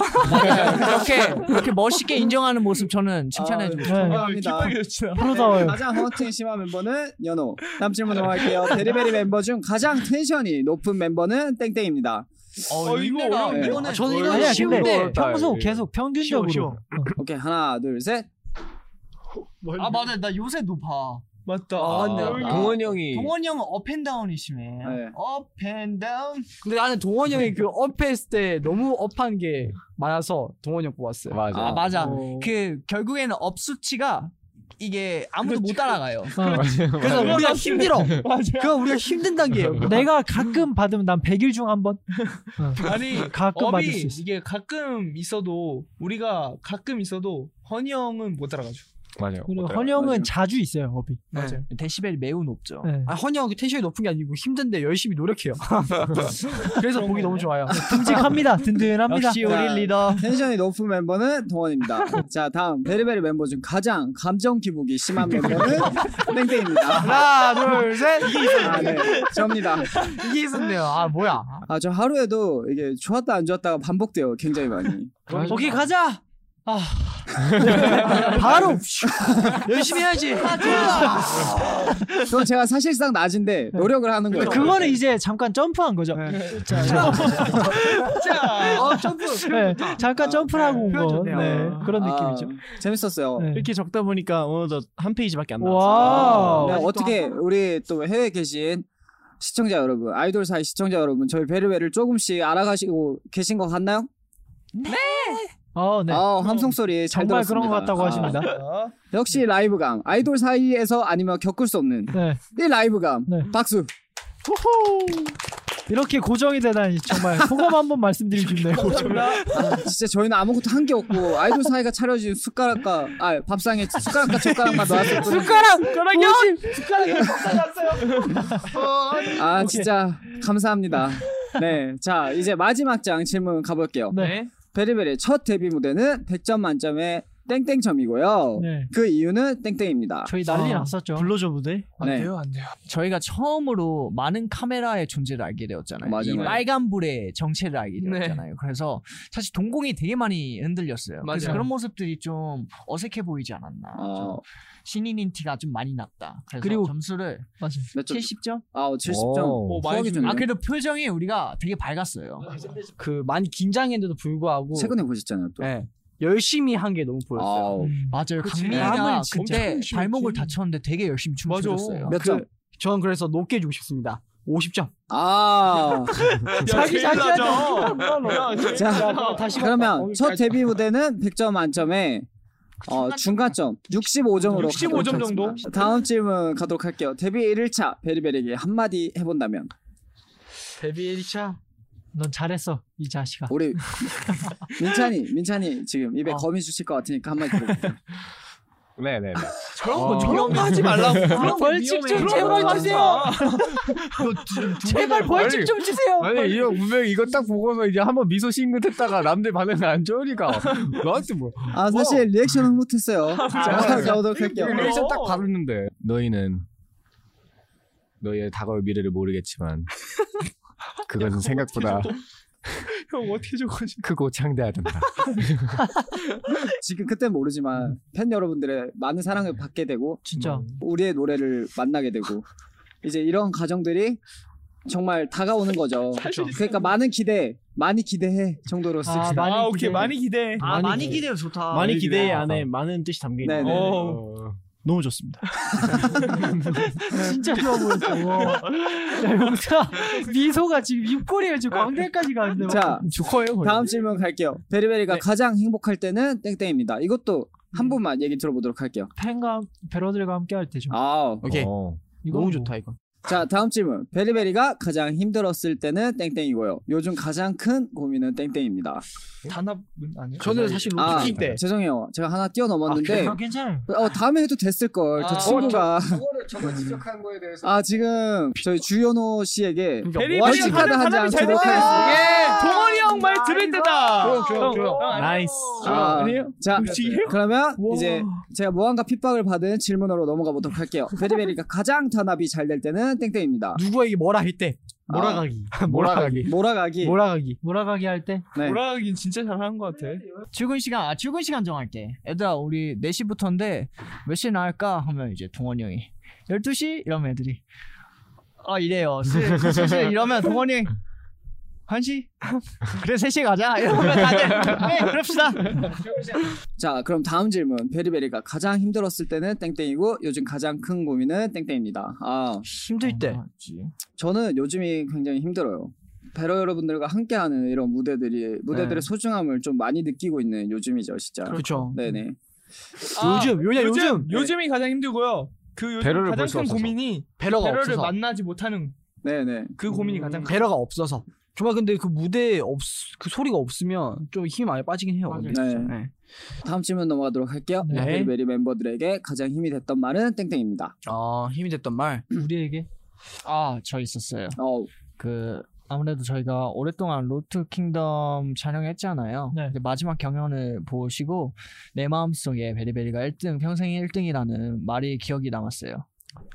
Speaker 5: 이렇게 이렇게 네, 멋있게 인정하는 모습 저는 칭찬해
Speaker 7: 아, 네.
Speaker 5: 주고 싶어요. 아,
Speaker 1: 감사합니다.
Speaker 6: 부러워요.
Speaker 1: 네. 가장 허언증이 심한 멤버는 연호. 다음 질문 넘어갈게요. 베리베리 멤버 중 가장 텐션이 높은 멤버는 땡땡입니다.
Speaker 7: 어, 이거
Speaker 2: 네.
Speaker 7: 어려운데?
Speaker 1: 이거는
Speaker 7: 아,
Speaker 1: 저는 이거
Speaker 6: 아니야
Speaker 1: 쉬운데
Speaker 6: 근데
Speaker 1: 어렵다,
Speaker 6: 평소
Speaker 1: 이게.
Speaker 6: 계속 평균적으로
Speaker 1: 쉬워, 오케이 하나 둘 셋.
Speaker 5: 아 맞아 나 요새 높아.
Speaker 7: 맞다.
Speaker 5: 아, 맞네.
Speaker 4: 동원 형이
Speaker 5: 동원 형은 업앤다운이 심해. 업앤다운.
Speaker 2: 네. 근데 나는 동원이 형이 그 업했을 때 너무 업한 게 많아서 동원이 형 뽑았어요.
Speaker 4: 맞아.
Speaker 5: 아 맞아.
Speaker 2: 어.
Speaker 5: 그 결국에는 업 수치가 이게 아무도 못
Speaker 2: 어,
Speaker 5: 따라가요.
Speaker 2: 그래서
Speaker 5: 맞아요.
Speaker 2: 우리가 힘들어.
Speaker 7: 맞아.
Speaker 2: 그건 우리가 힘든 단계예요.
Speaker 6: 내가 가끔 받으면 난 100일 중 한 번. 어.
Speaker 7: 아니
Speaker 6: 가끔
Speaker 7: 업이
Speaker 6: 받을 수 있어.
Speaker 7: 이게 가끔 있어도 우리가 가끔 있어도 헌이 형은 못 따라가죠.
Speaker 4: 맞아요.
Speaker 6: 그리고 헌영은 자주 있어요 업이.
Speaker 2: 맞아요. 데시벨이 매우 높죠.
Speaker 6: 네.
Speaker 2: 아, 헌이 형그 텐션이 높은 게 아니고 힘든데 열심히 노력해요. 그래서 보기 너무 좋아요.
Speaker 6: 듬직합니다. 든든합니다.
Speaker 2: 역시 우리
Speaker 1: 자,
Speaker 2: 리더.
Speaker 1: 텐션이 높은 멤버는 동원입니다. 자 다음 베리베리 멤버 중 가장 감정 기복이 심한 멤버는 땡땡입니다.
Speaker 6: 아,
Speaker 2: 하나, 둘, 셋. 이게
Speaker 1: 아, 네. 접니다.
Speaker 2: 이게 있었네요. 아 뭐야?
Speaker 1: 아 저 하루에도 이게 좋았다 안 좋았다가 반복돼요. 굉장히 많이.
Speaker 2: 거기 가자. 아
Speaker 8: 바로 열심히 해야지.
Speaker 1: 그럼 제가 사실상 낮인데
Speaker 6: 네.
Speaker 1: 노력을 하는
Speaker 5: 네,
Speaker 1: 거예요.
Speaker 2: 그거는 이제 잠깐 점프한 거죠. 자, 어, 점프.
Speaker 8: 네, 잠깐 점프를 하고 온 거.
Speaker 2: 좋네요.
Speaker 8: 네, 그런
Speaker 1: 아,
Speaker 8: 느낌이죠.
Speaker 1: 재밌었어요.
Speaker 6: 네.
Speaker 5: 네.
Speaker 8: 이렇게 적다 보니까 어느덧 한 페이지밖에 안
Speaker 1: 와.
Speaker 6: 아,
Speaker 8: 나왔어요.
Speaker 1: 네, 어떻게 우리 또 해외에 계신 시청자 여러분, 아이돌 사이 시청자 여러분, 저희 베르베를 조금씩 알아가시고 계신 것 같나요? 네.
Speaker 8: 어,
Speaker 1: 네. 아, 함성 소리 잘
Speaker 6: 정말
Speaker 1: 들었습니다.
Speaker 6: 그런 것 같다고
Speaker 1: 아.
Speaker 6: 하십니다.
Speaker 1: 역시 라이브감. 아이돌 사이에서 아니면 겪을 수 없는
Speaker 5: 네.
Speaker 1: 이 라이브감. 박수.
Speaker 6: 이렇게 고정이 되다니 정말 소감 한 번 말씀드리고 싶네요.
Speaker 1: 아, 진짜 저희는 아무것도 한 게 없고 아이돌 사이가 차려진 숟가락과 아 밥상에 숟가락과 젓가락만 놓았을 뿐.
Speaker 2: 숟가락이요? 숟가락이 없어졌어요.
Speaker 1: 아 진짜 감사합니다. 네, 자 이제 마지막 장 질문 가볼게요.
Speaker 6: 네.
Speaker 1: 베리베리 첫 데뷔 무대는 100점 만점에 땡땡점이고요.
Speaker 6: 네.
Speaker 1: 그 이유는 땡땡입니다. 네.
Speaker 6: 저희 난리 났었죠.
Speaker 8: 불러줘 무대.
Speaker 5: 안 돼요, 안 돼요. 저희가 처음으로 많은 카메라의 존재를 알게 되었잖아요.
Speaker 1: 맞아요,
Speaker 5: 이
Speaker 1: 맞아요.
Speaker 5: 빨간 불의 정체를 알게
Speaker 12: 네.
Speaker 5: 되었잖아요. 그래서 사실 동공이 되게 많이 흔들렸어요. 그래서
Speaker 8: 맞아요.
Speaker 5: 그런 모습들이 좀 어색해 보이지 않았나.
Speaker 1: 아.
Speaker 5: 좀 신인인 티가 좀 많이 났다. 그래서
Speaker 8: 그리고-
Speaker 5: 점수를
Speaker 6: 맞아.
Speaker 1: 몇 점?
Speaker 5: 70점?
Speaker 1: 아, 70점.
Speaker 4: 어.
Speaker 1: 오,
Speaker 5: 오,
Speaker 12: 뭐
Speaker 1: 많이
Speaker 5: 많이
Speaker 1: 주네.
Speaker 5: 아 그래도 표정이 우리가 되게 밝았어요.
Speaker 12: 그 많이 긴장했는데도 불구하고
Speaker 1: 최근에 보셨잖아요 또.
Speaker 12: 네. 열심히 한 게 너무 보였어요.
Speaker 5: 맞아요.
Speaker 12: 그치. 네.
Speaker 5: 강민이가
Speaker 12: 마음을 진짜
Speaker 5: 그때
Speaker 12: 힘실었지.
Speaker 5: 발목을 다쳤는데 되게 열심히 춤을 춰줬어요.
Speaker 12: 그- 전 그래서 높게 주고 싶습니다. 50점.
Speaker 1: 아.
Speaker 12: 자기 자기
Speaker 2: 야,
Speaker 1: 자,
Speaker 2: 야, 다시 갔다.
Speaker 1: 그러면
Speaker 2: 거기
Speaker 1: 첫
Speaker 2: 다시
Speaker 1: 데뷔 무대는 100점 만점에 어, 중간점 65점으로
Speaker 2: 65점 정도?
Speaker 1: 다음 질문 가도록 할게요. 데뷔 1일차 베리베리에게 한마디 해본다면
Speaker 6: 데뷔 1차. 넌 잘했어 이 자식아.
Speaker 1: 우리 민찬이 민찬이 지금
Speaker 2: 어.
Speaker 1: 입에 거미 주실 것 같으니까 한마디 들어볼게요.
Speaker 4: 네네네.
Speaker 1: 저런
Speaker 5: 어.
Speaker 4: 거
Speaker 1: 저런 거 하지 말라고.
Speaker 4: 그런 거
Speaker 2: 벌칙 좀
Speaker 4: 위험해. 그런 거
Speaker 2: 제발 주세요. 제발 벌칙
Speaker 4: 아니,
Speaker 2: 좀 주세요.
Speaker 4: 아니 이거 분명 이거 딱 보고서 이제 한번 미소 싱긋했다가 남들 반응 안 좋으니까 나한테 뭐.
Speaker 1: 아
Speaker 2: 어.
Speaker 1: 사실 리액션은 못했어요. 자
Speaker 2: 네.
Speaker 4: 아,
Speaker 1: 가보도록 할게요.
Speaker 4: 리액션 딱 바르는데 너희는 너희의 다가올 미래를 모르겠지만 그것은 생각보다
Speaker 7: 형 어떻게 저거지?
Speaker 4: 크고 창대하다.
Speaker 1: 지금 그때 모르지만 팬 여러분들의 많은 사랑을 받게 되고
Speaker 6: 음. 네. 진짜
Speaker 7: 음.
Speaker 1: 우리의 노래를 만나게 되고 이제 이런 과정들이 정말 다가오는 거죠.
Speaker 2: 사실 있어요.
Speaker 1: 그러니까 많은 기대, 많이 기대해
Speaker 6: 아,
Speaker 1: 정도로 씁시다.
Speaker 5: 아,
Speaker 8: 아, 기대.
Speaker 1: 아, 많이 기대해.
Speaker 8: 좋다.
Speaker 1: 많이
Speaker 8: 많이 기대
Speaker 1: 기대해.
Speaker 8: 안에 많은 뜻이 담겨 있는.
Speaker 1: 네네.
Speaker 8: 너무 좋습니다.
Speaker 6: 진짜 좋아 보였어. 와. 야, 용사 미소가 지금 입꼬리가 지금 광대까지 가는데.
Speaker 1: 자,
Speaker 8: 죽어요.
Speaker 1: 다음 질문 갈게요. 베리베리가
Speaker 6: 네.
Speaker 1: 가장 행복할 때는 땡땡입니다. 이것도 한
Speaker 6: 음.
Speaker 1: 분만 얘기 들어보도록 할게요.
Speaker 6: 팬과 배러들과 함께 할 때죠.
Speaker 1: 아, 오케이.
Speaker 4: 어.
Speaker 7: 뭐
Speaker 6: 이건 너무
Speaker 1: 좋다 이건. 자, 다음 질문. 베리베리가 가장 힘들었을 때는 땡땡이고요. 요즘 가장 큰 고민은 땡땡입니다.
Speaker 7: 예? 단합은 아니에요.
Speaker 1: 아, 죄송해요. 제가 하나 뛰어넘었는데.
Speaker 7: 음, 아, 괜찮아요.
Speaker 1: 어, 다음에 해도 됐을 걸. 저 친구가.
Speaker 4: 아, 어, 저거를 저거 지적한 거에 대해서
Speaker 1: 아 지금 저희 주현호 씨에게
Speaker 5: 음,
Speaker 7: 베리베리가
Speaker 1: 원칙카드
Speaker 7: 가장
Speaker 1: 한장
Speaker 7: 사람이 잘
Speaker 1: 주도록 하겠습니다.
Speaker 7: 됐어요. 예, 동원이 형 말 들을 때다.
Speaker 1: 좋아, 좋아,
Speaker 7: 형,
Speaker 1: 좋아.
Speaker 7: 형, 형,
Speaker 8: 나이스.
Speaker 1: 아,
Speaker 7: 아니에요?
Speaker 1: 자
Speaker 7: 음식이에요?
Speaker 1: 그러면 이제 제가 무한과 핍박을 받은 질문으로 넘어가 보도록 할게요. 베리베리가 가장 단합이 잘 될 때는 땡땡입니다.
Speaker 8: 누구에게 뭐라 할 때?
Speaker 1: 아.
Speaker 8: 몰아가기.
Speaker 1: 몰아가기. 몰아가기.
Speaker 8: 몰아가기.
Speaker 6: 몰아가기 할 때?
Speaker 1: 네.
Speaker 7: 몰아가긴 진짜 잘하는 것 같아.
Speaker 5: 출근 시간 아 출근 시간 정할게. 얘들아 우리 4시부터인데 몇 시에 나갈까 하면 이제 동원이 형이 12시 이러면 애들이 아 이래요. 슬- 슬슬 이러면 동원이 형이 1시? 그래 3시에 가자. 이러면 다들 네 그럽시다.
Speaker 1: 자 그럼 다음 질문. 베리베리가 가장 힘들었을 때는 땡땡이고 요즘 가장 큰 고민은 땡땡입니다. 아
Speaker 5: 힘들 때.
Speaker 8: 음,
Speaker 1: 저는 요즘이 굉장히 힘들어요. 배러 여러분들과 함께하는 이런 무대들이
Speaker 8: 네.
Speaker 1: 무대들의 소중함을 좀 많이 느끼고 있는 요즘이죠, 진짜.
Speaker 8: 그렇죠.
Speaker 1: 네네.
Speaker 8: 요즘, 요냐, 요즘. 네.
Speaker 7: 아, 요즘이 가장 힘들고요. 그 요즘
Speaker 8: 배려를
Speaker 7: 가장
Speaker 8: 볼수
Speaker 7: 큰
Speaker 8: 없어서.
Speaker 7: 고민이
Speaker 12: 배려가
Speaker 7: 를
Speaker 12: 없어서.
Speaker 7: 만나지 못하는
Speaker 1: 네네.
Speaker 7: 그 고민이 가장 큰.
Speaker 12: 배러가 음. 없어서. 정말 근데 그 무대에 없그 소리가 없으면 좀 힘이 많이 빠지긴 해요. 근데
Speaker 1: 네.
Speaker 12: 진짜. 네.
Speaker 1: 다음 질문 넘어가도록 할게요.
Speaker 12: 네.
Speaker 1: 베리베리 멤버들에게 가장 힘이 됐던 말은 땡땡입니다.
Speaker 12: 아,
Speaker 5: 어 힘이 됐던 말.
Speaker 6: 우리에게
Speaker 5: 아 저 있었어요. 그 아무래도 저희가 오랫동안 로트 킹덤 촬영했잖아요. 근데 마지막 경연을 보시고 내 마음속에 베리베리가 1등 평생 1등이라는 말이 기억이 남았어요.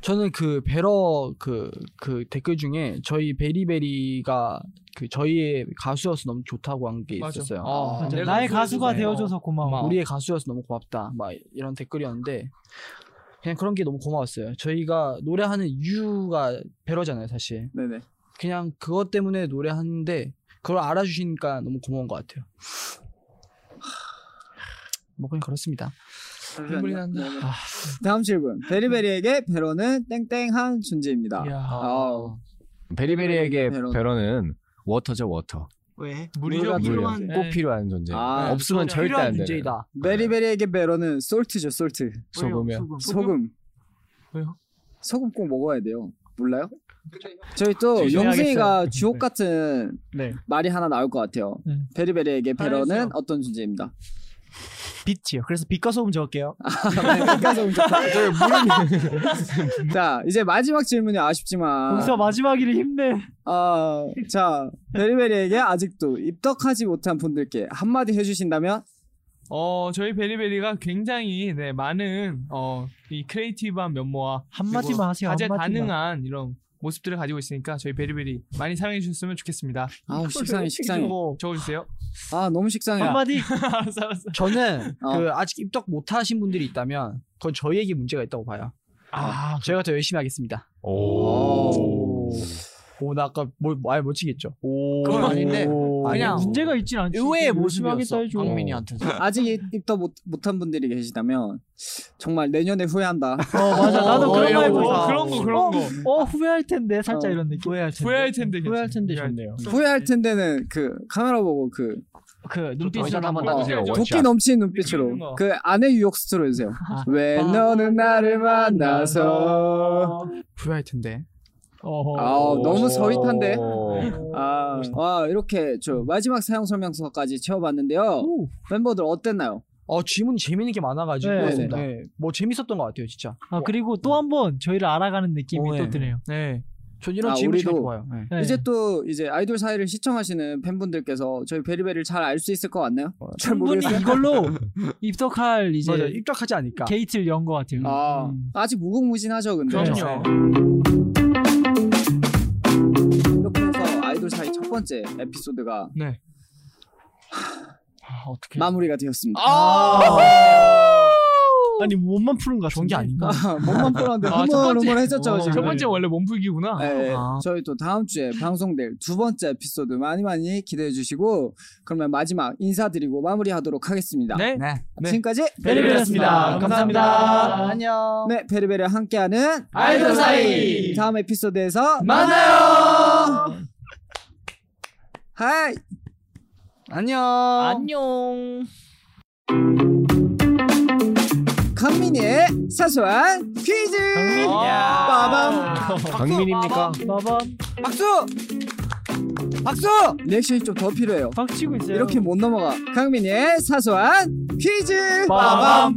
Speaker 5: 저는 그 베러 그, 그 댓글 중에 저희 베리베리가 그 저희의 가수여서 너무 좋다고 한 게
Speaker 3: 맞아.
Speaker 5: 있었어요.
Speaker 3: 아, 맞아. 내가 나의 가수가
Speaker 5: 네.
Speaker 3: 되어줘서 고마워.
Speaker 5: 우리의 가수여서 너무 고맙다. 막 이런 댓글이었는데 그냥 그런 게 너무 고마웠어요. 저희가 노래하는 이유가 베러잖아요, 사실.
Speaker 1: 네네.
Speaker 5: 그냥 그것 때문에 노래하는데 그걸 알아주시니까 너무 고마운 것 같아요. 뭐 그냥 그렇습니다. 눈물이 난다. 아.
Speaker 1: 다음 질문. 베리베리에게 베로는 땡땡한 존재입니다. 아우.
Speaker 4: 베리베리에게
Speaker 1: 베론.
Speaker 4: 베런은 워터죠 워터.
Speaker 5: 왜?
Speaker 4: 물이요? 물이요.
Speaker 13: 네.
Speaker 4: 네. 아. 꼭 필요한 존재.
Speaker 5: 어?
Speaker 4: 없으면 절대 안 되는.
Speaker 1: 아, 베리베리에게 베로는 솔트죠, 솔트.
Speaker 4: 소금이요?
Speaker 1: 소금.
Speaker 5: 어,
Speaker 4: 소금.
Speaker 1: 왜요? 소금 꼭 먹어야 돼요. 몰라요? 저희
Speaker 5: 네,
Speaker 1: 또 용승이가
Speaker 5: 알겠어요.
Speaker 1: 주옥 같은
Speaker 5: 네.
Speaker 1: 말이 하나 나올 것 같아요. 베리베리에게 베로는 어떤 존재입니다.
Speaker 14: 빛이요. 그래서 빛과 소음 적을게요.
Speaker 4: 아.
Speaker 1: 자 이제 마지막 질문이 아쉽지만
Speaker 14: 여기서
Speaker 1: 마지막이라 힘내 어, 아자 베리베리에게 아직도 입덕하지 못한 분들께 한마디 해주신다면
Speaker 13: 어 저희 베리베리가 굉장히 네 많은 어이 크리에이티브한 면모와
Speaker 3: 한마디만
Speaker 13: 그리고
Speaker 3: 하세요,
Speaker 13: 다재
Speaker 3: 한마디만.
Speaker 13: 다능한 이런 모습들을 가지고 있으니까 저희 베리베리 많이 사랑해 주셨으면 좋겠습니다.
Speaker 1: 아우, 식상해, 식상해.
Speaker 13: 적어주세요.
Speaker 1: 아 너무 식상해
Speaker 13: 알았어 알았어.
Speaker 5: 저는
Speaker 13: 어.
Speaker 5: 그 아직 입덕 못 하신 분들이 있다면 그건 저희에게 문제가 있다고 봐요. 아, 저희가 더 열심히 하겠습니다. 오. 오, 나 아까
Speaker 3: 뭐,
Speaker 5: 뭘 말 못치겠죠. 오.
Speaker 3: 그건 아닌데,
Speaker 5: 그냥
Speaker 3: 문제가 있진 않지.
Speaker 5: 의외의
Speaker 3: 열심히
Speaker 5: 모습이었어.
Speaker 3: 하겠다 해줘.
Speaker 1: 아직 입- 입덕 못, 못한 분들이 계시다면 정말 내년에 후회한다 어
Speaker 3: 맞아. 나도 그런 거 해보고
Speaker 13: 어, 그런 거, 그런 거.
Speaker 3: 어, 후회할 텐데 살짝 이런 느낌.
Speaker 5: 후회할
Speaker 3: 텐데.
Speaker 13: 후회할 텐데.
Speaker 3: 후회할 텐데 좋네요.
Speaker 1: 후회할 텐데는 그 카메라 보고 그
Speaker 5: 그
Speaker 3: 눈빛으로 한번 따주세요,
Speaker 1: 어, 도끼
Speaker 3: 원샷.
Speaker 1: 넘치는
Speaker 3: 이렇게
Speaker 1: 눈빛으로
Speaker 3: 하는 거.
Speaker 1: 그 안에 유혹스트로 해주세요 왜 너는 나를 만나서
Speaker 5: 후회할 텐데.
Speaker 1: 아 너무 서윗한데 아, 와, 이렇게 저 마지막 사용 설명서까지 채워봤는데요 멤버들 어땠나요?
Speaker 5: 어 질문이 재밌는 게 많아가지고
Speaker 3: 네,
Speaker 5: 네,
Speaker 3: 네.
Speaker 5: 뭐 재밌었던 것 같아요 진짜.
Speaker 3: 아 그리고 또 한 번 저희를 알아가는 느낌이 또 드네요.
Speaker 5: 네. 전 이런 질문 시간이 좋아요. 네.
Speaker 1: 이제 또 이제 아이돌 사이를 시청하시는 팬분들께서 저희 베리베리를 잘 알 수 있을 것 같나요? 잘
Speaker 3: 충분히
Speaker 1: 모르겠어요.
Speaker 3: 이걸로 입덕할 이제
Speaker 1: 맞아, 입덕하지 않을까.
Speaker 3: 게이트를 연 것 같아요.
Speaker 1: 아, 아직 무궁무진하죠, 근데.
Speaker 3: 그럼요.
Speaker 1: 이렇게 해서 아이돌 사이 첫 번째 에피소드가
Speaker 13: 네.
Speaker 1: 어떻게 마무리가 되었습니다.
Speaker 5: 아.
Speaker 14: 아니 몸만 푸는 거 좋은 게 아닌가?
Speaker 1: 몸만 푸는데 흐물흐물해졌죠,
Speaker 5: 어,
Speaker 1: 지금.
Speaker 13: 첫 번째 원래 몸풀기구나.
Speaker 1: 네, 저희 또 다음 주에 방송될 두 번째 에피소드 많이 많이 기대해 주시고 그러면 마지막 인사드리고 마무리하도록 하겠습니다.
Speaker 13: 네. 네.
Speaker 1: 지금까지
Speaker 13: 베리베리였습니다. 감사합니다.
Speaker 1: 안녕. 네, 베리베리와 함께하는
Speaker 15: 아이돌 사이!
Speaker 1: 다음 에피소드에서
Speaker 15: 만나요.
Speaker 1: 하이. 안녕.
Speaker 16: 안녕.
Speaker 1: 강민이의 사소한 퀴즈. 빠밤.
Speaker 4: 강민입니까?
Speaker 3: 빠밤.
Speaker 1: 박수. 박수! 리액션이 좀 더 필요해요.
Speaker 3: 박치고 있어요.
Speaker 1: 이렇게 못 넘어가. 강민이의 사소한 퀴즈. 빠밤.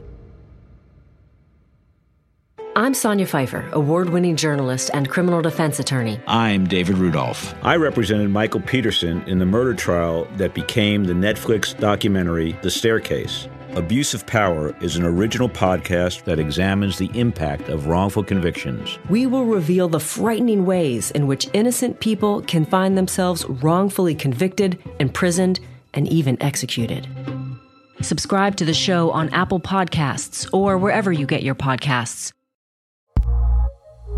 Speaker 17: I'm Sonia Pfeiffer, award winning journalist and criminal defense attorney.
Speaker 18: I'm David Rudolph.
Speaker 19: I represented Michael Peterson in the murder trial that became the Netflix documentary The Staircase. Abuse of Power is an original podcast that examines the impact of wrongful convictions.
Speaker 17: We will reveal the frightening ways in which innocent people can find themselves wrongfully convicted, imprisoned, and even executed. Subscribe to the show on Apple Podcasts or wherever you get your podcasts.